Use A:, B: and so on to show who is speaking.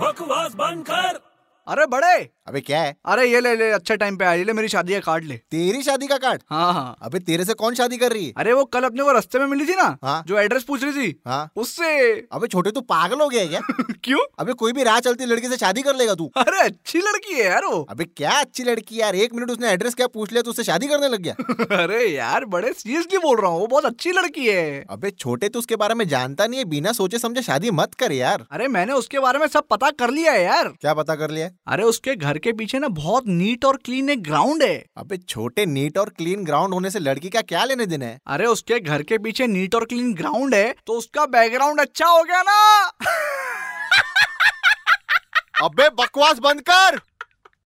A: बकवास बंद कर
B: अरे बड़े
C: अबे क्या है
B: अरे ये ले ले अच्छे टाइम पे आ ये ले मेरी शादी का कार्ड ले
C: तेरी शादी का कार्ड
B: हाँ हाँ
C: अबे तेरे से कौन शादी कर रही है
B: अरे वो कल अपने को रास्ते में मिली थी ना
C: हाँ।
B: जो एड्रेस पूछ रही थी
C: हाँ
B: उससे
C: अबे छोटे तू पागल हो गया है क्या
B: क्यों
C: अबे कोई भी राह चलती लड़की से शादी कर लेगा तू
B: अरे अच्छी लड़की है यार वो
C: अबे क्या अच्छी लड़की है यार एक मिनट उसने एड्रेस क्या पूछ लिया तो उससे शादी करने लग गया
B: अरे यार बड़े सीरियसली बोल रहा हूँ वो बहुत अच्छी लड़की है
C: अबे छोटे तो उसके बारे में जानता नहीं है बिना सोचे समझे शादी मत कर यार
B: अरे मैंने उसके बारे में सब पता कर लिया है यार
C: क्या पता कर लिया है?
B: अरे उसके घर के पीछे ना बहुत नीट और क्लीन एक ग्राउंड है
C: अबे छोटे नीट और क्लीन ग्राउंड होने से लड़की का क्या लेने देने है
B: अरे उसके घर के पीछे नीट और क्लीन ग्राउंड है तो उसका बैकग्राउंड अच्छा हो गया ना
C: अबे बकवास बंद कर